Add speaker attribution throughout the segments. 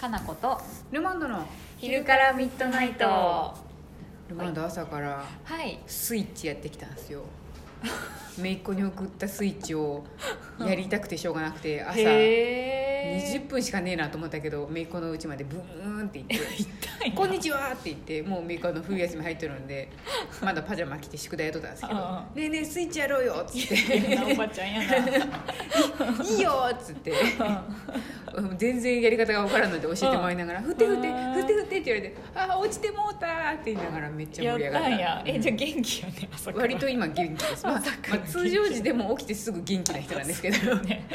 Speaker 1: かなこと
Speaker 2: ルマンドの
Speaker 1: 昼からミッドナイトは
Speaker 2: ルマンド朝から
Speaker 1: い
Speaker 2: スイッチやってきたんです よ姪っ子に送ったスイッチをやりたくてしょうがなく て朝
Speaker 1: へ
Speaker 2: 20分しかねえなと思ったけど姪っ子のうちまでブーンって行って
Speaker 1: ー
Speaker 2: 「こんにちは」って言ってもう姪っ子の冬休み入ってるんでまだパジャマ着て宿題やっとったんですけど
Speaker 1: あ
Speaker 2: 「ねえねえスイッチやろうよ」っつって
Speaker 1: 変なおばちゃんや
Speaker 2: 「いいよ」っつってうん全然やり方が分からんので教えてもらいながら「振って振って振って振って」って言われて「ああ落ちてもうた」って言いながらめっちゃ
Speaker 1: なやっ
Speaker 2: 盛り上
Speaker 1: た
Speaker 2: が
Speaker 1: ん
Speaker 2: っ
Speaker 1: や
Speaker 2: た
Speaker 1: えじゃあ元気やね朝から
Speaker 2: 割と今元気です、まあ
Speaker 1: 朝から
Speaker 2: まあ通常時でも起きてすぐ元気な人なん ですけど
Speaker 1: ね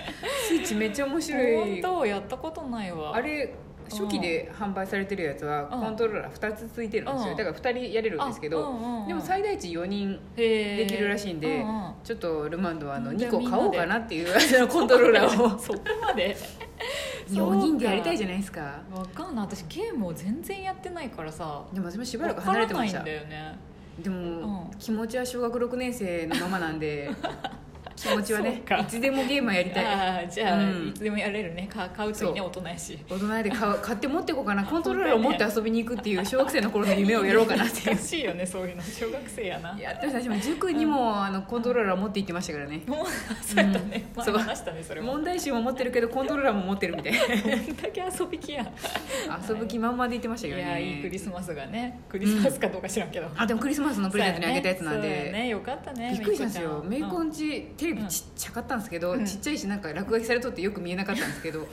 Speaker 2: スイッチめっちゃ面白
Speaker 1: 本
Speaker 2: い
Speaker 1: 当やったことないわ
Speaker 2: あれ初期で販売されてるやつは
Speaker 1: うん
Speaker 2: コントローラー2つついてるんです
Speaker 1: う
Speaker 2: よ
Speaker 1: ん
Speaker 2: だから2人やれるんですけどでも最大値4人できるらしいんでちょっとルマンドはあの
Speaker 1: じゃ
Speaker 2: 2
Speaker 1: あ
Speaker 2: 個買おうかなっていうあのコ
Speaker 1: コ
Speaker 2: ントローラーを
Speaker 1: そこまで
Speaker 2: 4人 でやりたいじゃ
Speaker 1: ない
Speaker 2: ないですか
Speaker 1: わかんない私ゲームを全然やってないからさ
Speaker 2: でも私もしばらく離れてました
Speaker 1: わからないんだよね
Speaker 2: でも、
Speaker 1: うん
Speaker 2: 気持ちは小学6年生のままな んで気持ちは
Speaker 1: そう
Speaker 2: ね
Speaker 1: か
Speaker 2: いつでもゲームはやりたい
Speaker 1: あーじゃあ、
Speaker 2: うん
Speaker 1: いつでもやれるねか買うといいね大人やし
Speaker 2: 大人で買う買って持っていこうかなコントローラーを持って遊びに行くっていう小学生の頃の夢をやろうかなっていう
Speaker 1: 難しいよねそういうの小学生やな
Speaker 2: やってました私も塾にもあのコントローラー持って行ってましたからね
Speaker 1: もうそうやったね、
Speaker 2: うん
Speaker 1: まあ、
Speaker 2: そう
Speaker 1: 話したねそれも
Speaker 2: 問題集も持ってるけどコントローラーも持ってるみたいな
Speaker 1: どんだけ遊び気や
Speaker 2: 遊ぶ気満々で行ってました
Speaker 1: い
Speaker 2: けどね
Speaker 1: やいいクリスマスがねクリスマスかどうか知らんけど、
Speaker 2: あでもクリスマスのプレゼントにあげたやつなん
Speaker 1: そうやね
Speaker 2: で、
Speaker 1: そうやねよかったね
Speaker 2: びっくりしたんですよメ
Speaker 1: イ
Speaker 2: イコンちテレビちっちゃかったんですけど、
Speaker 1: うん
Speaker 2: ちっちゃいしなんか落書きされとってよく見えなかったんですけど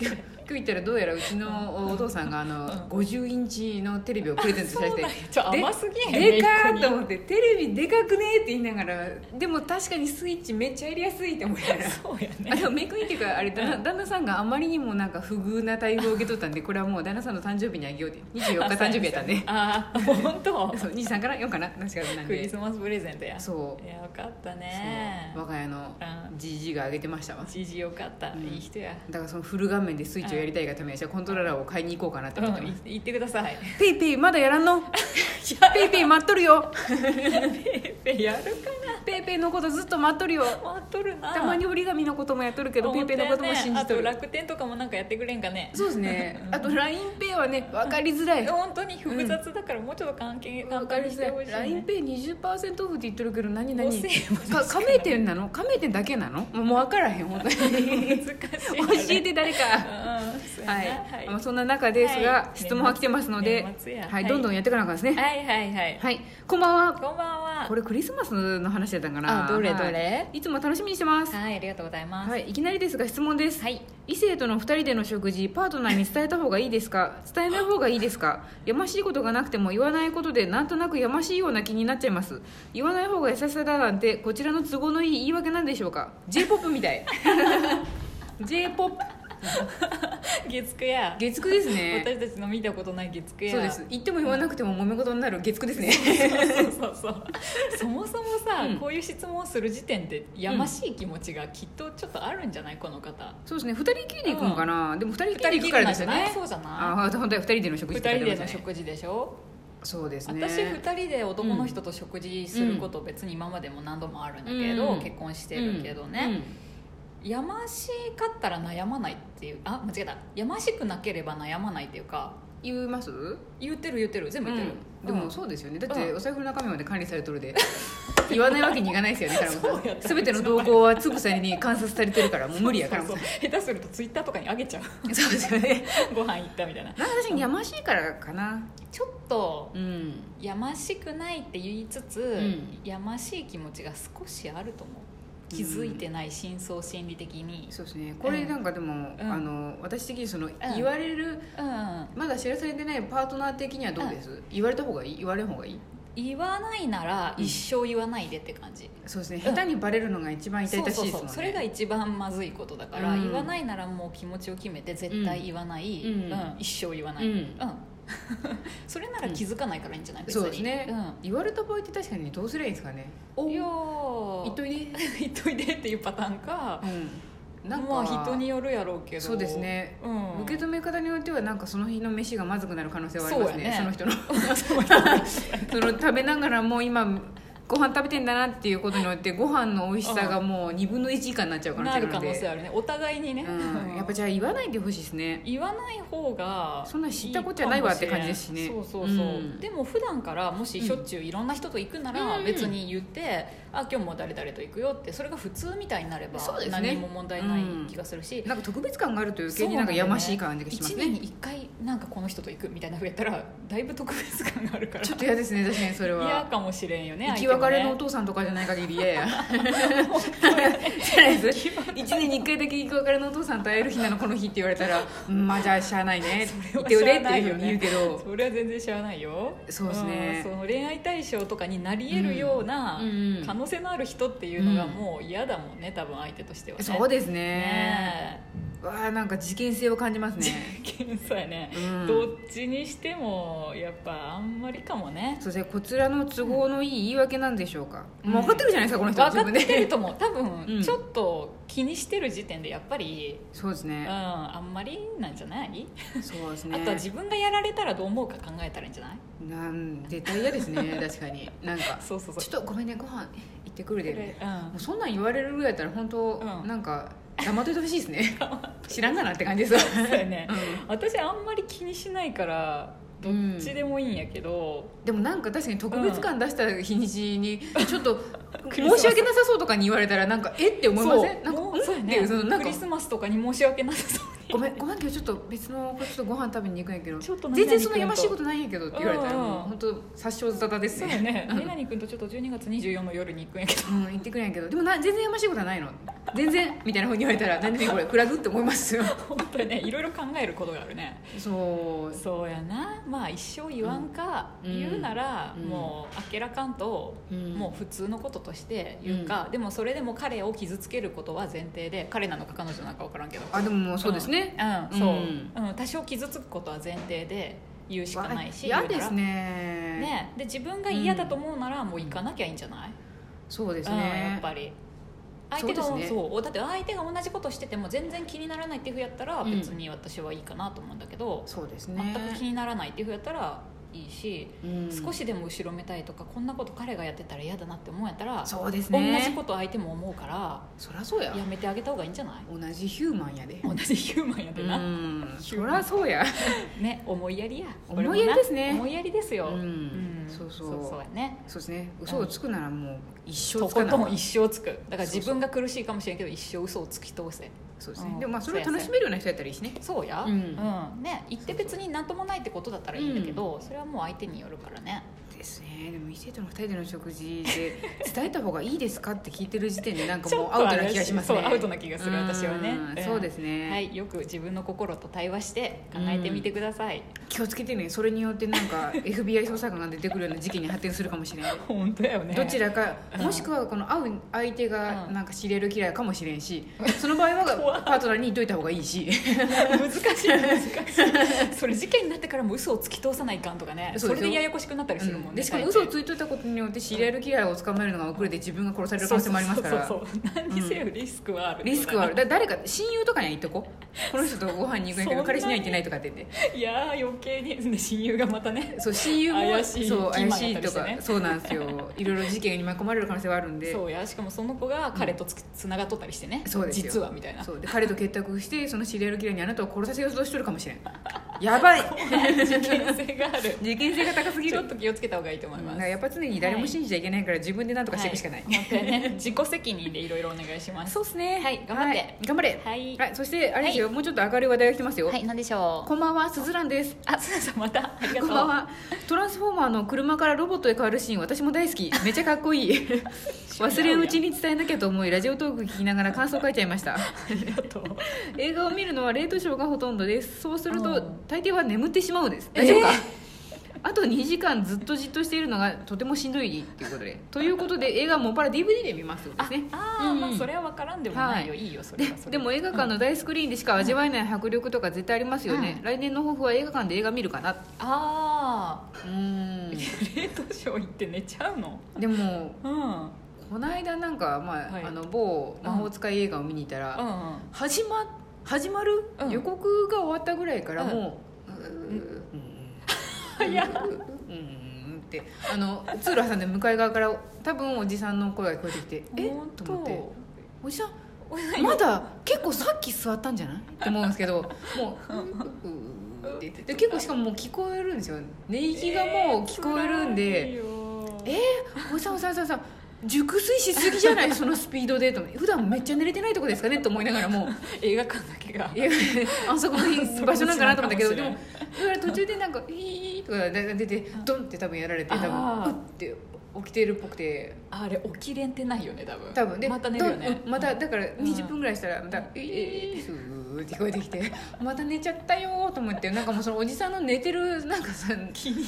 Speaker 2: 今日行ったらどうやらうちのお父さんがあの50インチのテレビをプレゼントされて
Speaker 1: ちょ甘すぎへん
Speaker 2: でか
Speaker 1: メ
Speaker 2: ー
Speaker 1: イ
Speaker 2: と
Speaker 1: コンに
Speaker 2: 思ってテレビでかくねーって言いながらでも確かにスイッチめっちゃやりやすいって思い ながら。
Speaker 1: そうや
Speaker 2: あで
Speaker 1: ね
Speaker 2: もめくりっていうかあれ旦那旦那さんがあまりにもなんか不遇な待遇を受け取ったんでこれはもう旦那さんの誕生日にあげようで24日誕生日やったんで
Speaker 1: ああ本当
Speaker 2: そう23から4かな確かなん
Speaker 1: クリ
Speaker 2: で
Speaker 1: スマスプレゼントや
Speaker 2: そう
Speaker 1: いやよかったね
Speaker 2: そう我が家のじじいがあげてましたわ
Speaker 1: じじよかった、
Speaker 2: うん
Speaker 1: いい人や
Speaker 2: だからそのフル画面でスイッチをやりたいがために私はコントローラーを買いに行こうかなって
Speaker 1: うん
Speaker 2: 思ってます
Speaker 1: い行ってくだ さい
Speaker 2: ペイペイま だやらんのペイペイ待っとるよ
Speaker 1: やるか
Speaker 2: ペイペイのことずっと待っとるよ
Speaker 1: な待っとるな
Speaker 2: たまに折り紙のこともやっとるけどペイペイのことも信じと
Speaker 1: あと
Speaker 2: る
Speaker 1: 楽天とかもなんかやってくれんかね
Speaker 2: そうですねあと l i n e イはね分かりづらい
Speaker 1: 本当に複雑だからもうちょっと関係
Speaker 2: わ
Speaker 1: 簡
Speaker 2: か
Speaker 1: 単
Speaker 2: り
Speaker 1: にし
Speaker 2: づ
Speaker 1: てほ
Speaker 2: ら
Speaker 1: し
Speaker 2: い
Speaker 1: い、ね、
Speaker 2: LINEPay20% オフって言ってるけど何何
Speaker 1: 5000
Speaker 2: か加盟店なの加盟店だけなのもうもう分からへん本当に
Speaker 1: 難しい、ね、
Speaker 2: 教えて誰
Speaker 1: うん
Speaker 2: か
Speaker 1: そうやな
Speaker 2: はい、
Speaker 1: はい
Speaker 2: まあそんな中ですが、
Speaker 1: はい
Speaker 2: 質問は来てますので
Speaker 1: 年、末や
Speaker 2: は、
Speaker 1: はいい
Speaker 2: どんどんやっていかなあかんですね
Speaker 1: はいはいはい
Speaker 2: はい、こんばんは
Speaker 1: こんばんは
Speaker 2: これクリスマスの話だったんかな
Speaker 1: あどれ
Speaker 2: はい
Speaker 1: どれ
Speaker 2: いつも楽しみにしてます
Speaker 1: はいありがとうございます、
Speaker 2: はい、いきなりですが質問です、
Speaker 1: はい
Speaker 2: 異性との2人での食事パートナーに伝えた方がいいです か伝えない方がいいですかやましいことがなくても言わないことでなんとなくやましいような気になっちゃいます言わない方が優しさだなんてこちらの都合のいい言い訳なんでしょうか j p o p み たい j p o p
Speaker 1: 月9や
Speaker 2: 月9ですね
Speaker 1: 私たちの見たことない月9や
Speaker 2: そうです言っても言わなくても揉め事になる月9ですね
Speaker 1: そうそうそうそもそもさ、
Speaker 2: うん
Speaker 1: こういう質問をする時点でやましい気持ちがきっとちょっとあるんじゃないこの方
Speaker 2: そうですね2人きりで行くのかな、でも2人きりで行くからですよ
Speaker 1: 二人きりなんじゃない
Speaker 2: ね
Speaker 1: そうじゃない
Speaker 2: ああ本当は2人での食事
Speaker 1: 2
Speaker 2: って書い
Speaker 1: 人で
Speaker 2: てまし
Speaker 1: の
Speaker 2: たね
Speaker 1: 食事でしょ、
Speaker 2: そうですね
Speaker 1: 私2人で男の人と食事すること別に今までも何度もあるんだけど、
Speaker 2: うん
Speaker 1: 結婚してるけど
Speaker 2: うんう
Speaker 1: ね、
Speaker 2: ん
Speaker 1: やましかったら悩まないっていうあ間違えたやましくなければ悩まないっていうか
Speaker 2: 言います
Speaker 1: 言ってる言ってる全部言ってる、
Speaker 2: でも
Speaker 1: そ
Speaker 2: そうですよねだっ
Speaker 1: う
Speaker 2: て
Speaker 1: ん
Speaker 2: お財布の中身まで管理されとるで言わないわけにいかないですよね カラ
Speaker 1: そ
Speaker 2: ム
Speaker 1: うやった
Speaker 2: さん全ての動向はつぶさに観察されてるからもう無理やカラムさ
Speaker 1: うん
Speaker 2: そ
Speaker 1: 下手するとツイッターとかにあげちゃう
Speaker 2: うですよね
Speaker 1: ご飯行ったみたいな
Speaker 2: なんか私にやましいからかな
Speaker 1: ちょっと
Speaker 2: うん
Speaker 1: やましくないって言いつつ、
Speaker 2: ん
Speaker 1: やましい気持ちが少しあると思う気づいてない深層心理的に、
Speaker 2: そうですねこれなんかでも、
Speaker 1: うん
Speaker 2: あの私的にその、言われる
Speaker 1: うん、
Speaker 2: まだ知らされてないパートナー的にはどうです、言われた方がいい言われん方がいい
Speaker 1: 言わないなら
Speaker 2: うん
Speaker 1: 一生言わないでって感じ、
Speaker 2: そうですね
Speaker 1: う
Speaker 2: 下
Speaker 1: ん
Speaker 2: 手にバレるのが一番
Speaker 1: そ
Speaker 2: 痛々
Speaker 1: う
Speaker 2: しい
Speaker 1: そう
Speaker 2: ですも
Speaker 1: そう
Speaker 2: んね
Speaker 1: それが一番まずいことだから、
Speaker 2: うん
Speaker 1: 言わないならもう気持ちを決めて絶対言わない、
Speaker 2: うんうん
Speaker 1: 一生言わない、
Speaker 2: うん
Speaker 1: それなら気づかないからいいんじゃない、別に
Speaker 2: そうですね、言われた場合って確かにどうすればいいんですかね
Speaker 1: うん、いや
Speaker 2: 言っと
Speaker 1: ー
Speaker 2: いで、
Speaker 1: 言っといでっていうパターンか
Speaker 2: うん、なんか、
Speaker 1: まあ人によるやろうけど
Speaker 2: そうですね、
Speaker 1: うん、
Speaker 2: 受け止め方によってはなんかその日の飯 がまずくなる可能性はありますねそ
Speaker 1: そうやね
Speaker 2: の人のその食べながらもう今ご飯食べてんだなっていうことによってご飯の美味しさがもう2分の1以下になっちゃう可能
Speaker 1: な
Speaker 2: 性
Speaker 1: る
Speaker 2: が
Speaker 1: 可
Speaker 2: あるの
Speaker 1: 能性
Speaker 2: で、
Speaker 1: あるねお互いにね、
Speaker 2: うん、やっぱじゃあ言わないでほしいですね
Speaker 1: 言わない方が
Speaker 2: そんな知ったことじゃないわって感じですし
Speaker 1: い
Speaker 2: ね
Speaker 1: いかもれんそうそうそう、
Speaker 2: うん
Speaker 1: でも普段からもししょっちゅういろんな人と行くなら
Speaker 2: うん
Speaker 1: 別に言って、あ今日も誰々と行くよってそれが普通みたいになれば
Speaker 2: そうですね
Speaker 1: 何も問題ない気がするし、
Speaker 2: なんか特別感があるという
Speaker 1: そう
Speaker 2: 系になんかやましい感じがします
Speaker 1: 1
Speaker 2: ね
Speaker 1: 年に1回なんかこの人と行くみたいな増えたらだいぶ特別感があるから
Speaker 2: ちょっと嫌ですね確かにそれ
Speaker 1: 嫌
Speaker 2: は
Speaker 1: かもしれんよね
Speaker 2: 生き別れのお
Speaker 1: と
Speaker 2: 父さんとかじゃない限り嫌やじゃないです1年に1回だけ生き別れのお父さんと会える日なのこの日って言われたらうんまあじゃあしゃあないね
Speaker 1: れ
Speaker 2: 言
Speaker 1: は
Speaker 2: っておれっ
Speaker 1: しゃあな
Speaker 2: て
Speaker 1: い
Speaker 2: いう
Speaker 1: よ
Speaker 2: ふう
Speaker 1: ね
Speaker 2: に言うけど
Speaker 1: それは全然知らないよ
Speaker 2: そうですね
Speaker 1: んその恋愛対象とかになり得るような
Speaker 2: うんうんうん
Speaker 1: 可能性のある人っていうのがもう嫌だもんね多分相手としてはね
Speaker 2: そう
Speaker 1: で
Speaker 2: ですね
Speaker 1: ね
Speaker 2: わあなんか事件性を感じますね、
Speaker 1: 検査やね、
Speaker 2: うん、
Speaker 1: どっちにしてもやっぱあんまりかもね
Speaker 2: そしてこちらの都合のいい言い訳なんでしょうか、
Speaker 1: うん
Speaker 2: もう分かってるじゃないですかこの
Speaker 1: 分
Speaker 2: 人
Speaker 1: かってると 思う多
Speaker 2: う
Speaker 1: 分
Speaker 2: ん
Speaker 1: ちょっと気にしてる時点でやっぱり、
Speaker 2: そうです
Speaker 1: うん、
Speaker 2: ね
Speaker 1: あんまりなんじゃない
Speaker 2: そうです
Speaker 1: あ
Speaker 2: ね
Speaker 1: とは自分がやられたらどう思うか考えたらいいんじゃない
Speaker 2: なん絶対嫌ですね 確かになんか
Speaker 1: そうそうそう
Speaker 2: ちょっとごめんねご飯行ってくるでみたいな
Speaker 1: うん
Speaker 2: もうそんなん言われるぐらいだったら本当、
Speaker 1: うん
Speaker 2: なんか黙っといてほしいですね知らんがなって感じですわ
Speaker 1: そうやね
Speaker 2: う
Speaker 1: 私あんまり気にしないからどっちでもいいんやけど、
Speaker 2: んでもなんか確かに特別感出した日にちにちょっと
Speaker 1: クリスマ
Speaker 2: 申
Speaker 1: ス
Speaker 2: し訳なさそうとかに言われたらなんかえって思いませんなんか
Speaker 1: も
Speaker 2: ん
Speaker 1: そうや
Speaker 2: っていう
Speaker 1: ね
Speaker 2: そのなん
Speaker 1: ク
Speaker 2: か
Speaker 1: リスマスとかに申し訳なさそう
Speaker 2: ごめんごめんけどちょっと別の子ちょっとご飯食べに行くんやけど
Speaker 1: ちょっと何
Speaker 2: 全
Speaker 1: 々
Speaker 2: 然そのやましいことないんやけどって言われたら
Speaker 1: うんうん
Speaker 2: もう本当殺傷沙汰です
Speaker 1: そう
Speaker 2: ね
Speaker 1: やね
Speaker 2: うん
Speaker 1: みなに君とちょっと12月24の夜に行くんやけど
Speaker 2: うん言ってくれんやけどでもな全然やましいことはないの全然みたいなふうに言われ たら何でもこれフラグって思いますよ
Speaker 1: 本当にねいろいろ考えることがあるね
Speaker 2: そう
Speaker 1: そうやなまあ一生言わんか、
Speaker 2: うん
Speaker 1: 言うなら、
Speaker 2: うん
Speaker 1: もうあっけらかんと、
Speaker 2: うん
Speaker 1: もう普通のこととして言うか、でもそれでも彼を傷つけることは前提で彼なのか彼女なのか分からんけど
Speaker 2: あでももうそうですね、
Speaker 1: うん、そう、
Speaker 2: う
Speaker 1: うん、多少傷つくことは前提で言うしかないし
Speaker 2: 嫌です
Speaker 1: 言う
Speaker 2: ね
Speaker 1: ならねで自分が嫌だと思うならもう行かなきゃいいんじゃない、
Speaker 2: そうです
Speaker 1: うんや
Speaker 2: ね
Speaker 1: っ、ぱり相手が
Speaker 2: そ
Speaker 1: そうう,、
Speaker 2: ですね
Speaker 1: だって相手が同じことしてても全然気にならないっていうふうやったら
Speaker 2: うん
Speaker 1: 別に私はいいかなと思うんだけど、
Speaker 2: そうですね
Speaker 1: 全く気にならないっていうふうやったらいいし、
Speaker 2: うん
Speaker 1: 少しでも後ろめたいとかこんなこと彼がやってたら嫌だなって思うんやったら
Speaker 2: そうです
Speaker 1: 同
Speaker 2: ね
Speaker 1: じこと相手も思うから
Speaker 2: そりゃそうや
Speaker 1: やめてあげた方がいいんじゃない
Speaker 2: 同じヒューマンやで
Speaker 1: 同じヒューマンやでな、
Speaker 2: うんそりゃそうや
Speaker 1: ね思いやりや
Speaker 2: 思いやりですね
Speaker 1: これもな思いやりですよ、
Speaker 2: うん
Speaker 1: ん
Speaker 2: そうそう
Speaker 1: そうそうやね
Speaker 2: そうですね嘘をつくならもう一
Speaker 1: と
Speaker 2: 生つ
Speaker 1: こ
Speaker 2: か
Speaker 1: と
Speaker 2: なん
Speaker 1: 一生つくだから
Speaker 2: そうそう
Speaker 1: 自分が苦しいかもしれんけど一生嘘をつき通せ
Speaker 2: そうですね、
Speaker 1: うん
Speaker 2: でもまあそれを楽しめるような人やったらいいしね
Speaker 1: そうや、
Speaker 2: うん
Speaker 1: んね言って別になんともないってことだったらいいんだけど、それはもう相手によるからね
Speaker 2: ですねでも異性との2人での食事で伝えた方がいいですかって聞いてる時点でなんかもうアウトな気がしますね
Speaker 1: そうアウトな気がする私はね
Speaker 2: うん
Speaker 1: ん
Speaker 2: そうですね、
Speaker 1: はいよく自分の心と対話して考えてみてください、
Speaker 2: 気をつけてねそれによってなんか FBI 捜査官が出てくるような事件に発展するかもしれない
Speaker 1: 本当だよね
Speaker 2: ど ちらか、
Speaker 1: うん
Speaker 2: もしくはこの会う相手が
Speaker 1: うん
Speaker 2: なんか知れる嫌いかもしれんし、その場合
Speaker 1: 怖
Speaker 2: はいパートナーに言っといた方がいいし
Speaker 1: 難しい難しいそれ事件になってからも嘘をつき通さないかんとかね
Speaker 2: そう
Speaker 1: そ
Speaker 2: ですよ
Speaker 1: れでややこしくなったりするもんね、
Speaker 2: でしかも
Speaker 1: 大抵
Speaker 2: 嘘をついといたことによって知り合い嫌いを捕まえるのが遅れて自分が殺される可能性もありますから
Speaker 1: そうそうそうそう何にせよリスクはある、
Speaker 2: リスクはあるだ誰か親友とかには言っとこうこの人とご飯に行くん
Speaker 1: そん
Speaker 2: やけ
Speaker 1: な
Speaker 2: ど
Speaker 1: に
Speaker 2: 彼氏には行ってないとかって言っ て
Speaker 1: いやー余計にで親友がまたね
Speaker 2: そう親友も
Speaker 1: 怪しい
Speaker 2: そう
Speaker 1: キー
Speaker 2: 怪
Speaker 1: マン
Speaker 2: しい
Speaker 1: やったり
Speaker 2: と
Speaker 1: して
Speaker 2: か、
Speaker 1: ね
Speaker 2: そうなんですよいろいろ事件に巻き込まれる可能性はあるんで
Speaker 1: そうやしかもその子が彼とつ,、つながっとったりしてね
Speaker 2: そうですよ
Speaker 1: 実はみた いな
Speaker 2: そうで彼と結託してその知り合い嫌いにあなたを殺させようとしてるかもしれんやばい
Speaker 1: 危険性がある
Speaker 2: 事件性が高すぎ
Speaker 1: ち
Speaker 2: る
Speaker 1: ょっと気をつけた方がいいと思い
Speaker 2: うん
Speaker 1: ま
Speaker 2: だ
Speaker 1: す、
Speaker 2: からやっぱ常に誰も信じちゃいけないから自分で何とかしていくしかない、
Speaker 1: は本当に ね自己責任でいろいろお願いします
Speaker 2: そうですね
Speaker 1: はい頑張って
Speaker 2: はい頑張れ
Speaker 1: はい
Speaker 2: はい、そしてあれですよ、もうちょっと明るい話題が来てますよ、
Speaker 1: はい何でしょう
Speaker 2: こんばんはすずらんです
Speaker 1: あすずさんまたありがとう
Speaker 2: こんばんはトランスフォーマーの車からロボットへ変わるシーン私も大好きめちゃかっこいい 忘れんうちに伝えなきゃと思いラジオトーク聞きながら感想書いちゃいました
Speaker 1: ありがとう
Speaker 2: 映画を見るのはレートショーがほとんどですそうする
Speaker 1: う
Speaker 2: と
Speaker 1: ん
Speaker 2: 大抵は眠ってしまうです
Speaker 1: えー
Speaker 2: 大丈夫か、あと2時間ずっとじっとしているのがとてもしんどいっていうことでということで映画もっぱら DVD で見ますってこと
Speaker 1: あ
Speaker 2: ですね
Speaker 1: あー、
Speaker 2: うん
Speaker 1: まあそれは分からんでもないよ、
Speaker 2: はい
Speaker 1: い、いよそれはそれは
Speaker 2: でも映画館の大スクリーンでしか味わえない迫力とか絶対ありますよね、
Speaker 1: うん
Speaker 2: 来年の抱負は映画館で映画見るかな
Speaker 1: ああ
Speaker 2: うーん
Speaker 1: 冷凍ショー行って寝ちゃうの
Speaker 2: でも
Speaker 1: うんうん
Speaker 2: この間なんか、まあ
Speaker 1: はい
Speaker 2: あの某魔法使い映画を見に行ったら、
Speaker 1: うん
Speaker 2: 始ま始まる、
Speaker 1: うん
Speaker 2: 予告が終わったぐらいからもう、うーん
Speaker 1: 早っ
Speaker 2: うんンってあの通路挟んで向かい側から多分おじさんの声が聞こえてきて「え
Speaker 1: 本当
Speaker 2: と思って「おじさんまだ結構さっき座ったんじゃない?」って思うんですけどもう「うーって言ってで結構しかももう聞こえるんですよ寝息がもう聞こえるんで
Speaker 1: え
Speaker 2: え「おじさんおじさんおじさんおじさん熟睡しすぎじゃないそのスピードで」と思って 普段めっちゃ寝れてないとこですかねと思いなが らも
Speaker 1: 映画館だけが
Speaker 2: いやあそこの場所なんかなと思ったけど
Speaker 1: そ
Speaker 2: で
Speaker 1: こ
Speaker 2: も
Speaker 1: の
Speaker 2: だから途中でなんか「ヒー」とか出てドンって多分やられて多
Speaker 1: あ
Speaker 2: 分
Speaker 1: ー
Speaker 2: うって起きてるっぽくて
Speaker 1: あれ起きれんてないよね多分
Speaker 2: 多分で
Speaker 1: また寝るよね
Speaker 2: ドンうんまただから
Speaker 1: ん
Speaker 2: 20分ぐらいしたらまた「うえー」スーって聞こえてきて「また寝ちゃったよ」と思ってなんかもうそのおじさんの寝てるなんかさ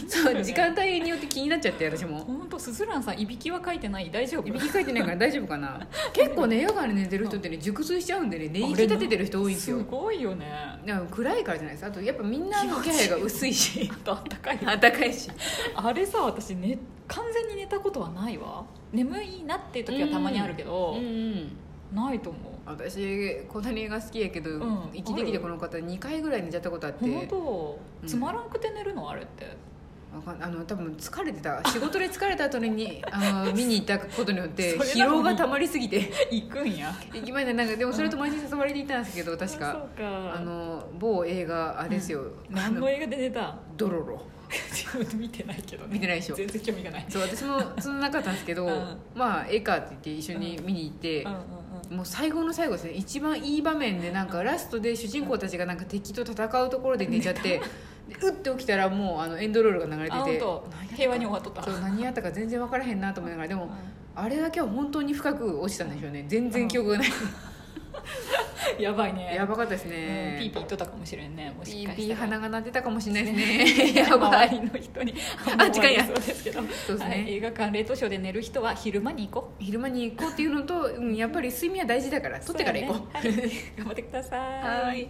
Speaker 2: そう時間帯によって気になっちゃって私も。
Speaker 1: 本当すずらんさんいびきは書いてない大丈夫
Speaker 2: いびきかいてないから大丈夫かな結構ね夜間に寝てる人ってね熟睡しちゃうんでね寝息立ててる人多いんですよ
Speaker 1: すごいよね
Speaker 2: でも暗いからじゃないですかあとやっぱみんなの気配が薄い し
Speaker 1: あとあったかい
Speaker 2: 暖かいし
Speaker 1: あれさ私、ね、完全に寝たことはないわ眠いなっていう時はたまにあるけど、
Speaker 2: ん
Speaker 1: ないと思
Speaker 2: 私この映画好きやけど、
Speaker 1: ん
Speaker 2: 生きてきてこの方2回ぐらい寝ちゃったことあっ
Speaker 1: う本
Speaker 2: て
Speaker 1: 当、
Speaker 2: うん
Speaker 1: つまらんくて寝るのあれって
Speaker 2: わかんあの多分疲れてた仕事で疲れた後にあ の見に行ったことによって
Speaker 1: それ
Speaker 2: 疲
Speaker 1: なのに
Speaker 2: 労がたまりすぎて
Speaker 1: 行くんや
Speaker 2: 行きまでなんかでもそれと毎日誘われていたんですけど確
Speaker 1: そ
Speaker 2: か
Speaker 1: うか
Speaker 2: あの某映画あれですよ、あ
Speaker 1: 何の
Speaker 2: の
Speaker 1: 映画で寝た
Speaker 2: ドロロ
Speaker 1: 自分見てないけどね
Speaker 2: 見てないでしょ
Speaker 1: 全然興味がない
Speaker 2: そう私もそんななかったんですけど、
Speaker 1: うん
Speaker 2: まあええかって言って一緒に見に行って、
Speaker 1: うんうんうん
Speaker 2: もう最後の最後ですね一番いい場面でなんかラストで主人公たちがなんか敵と戦うところで寝ちゃってでうって起きたらもうあのエンドロールが流れ
Speaker 1: あ
Speaker 2: てて
Speaker 1: 本当平和に終わっとった
Speaker 2: そう何やったか全然分からへんなと思いながらで
Speaker 1: う
Speaker 2: も
Speaker 1: ん
Speaker 2: あれだけは本当に深く落ちたんでしょうね全然記憶がない、
Speaker 1: やばいね
Speaker 2: やばかったです
Speaker 1: うん
Speaker 2: ね、
Speaker 1: ピーピー言っとったかもしれんねも
Speaker 2: ピ
Speaker 1: し
Speaker 2: ー
Speaker 1: か
Speaker 2: ピ
Speaker 1: し
Speaker 2: ー
Speaker 1: たら
Speaker 2: 鼻が鳴ってたかもしれないですね やばい
Speaker 1: 周りの人に
Speaker 2: あ時間や
Speaker 1: 思われそうですけど
Speaker 2: そうですね
Speaker 1: はい映画館冷凍ショーで寝る人は昼間に行こう
Speaker 2: 昼間に行こうっていうのと、うん、やっぱり睡眠は大事だから取ってから行こう
Speaker 1: そうだねはい頑張ってください
Speaker 2: はーい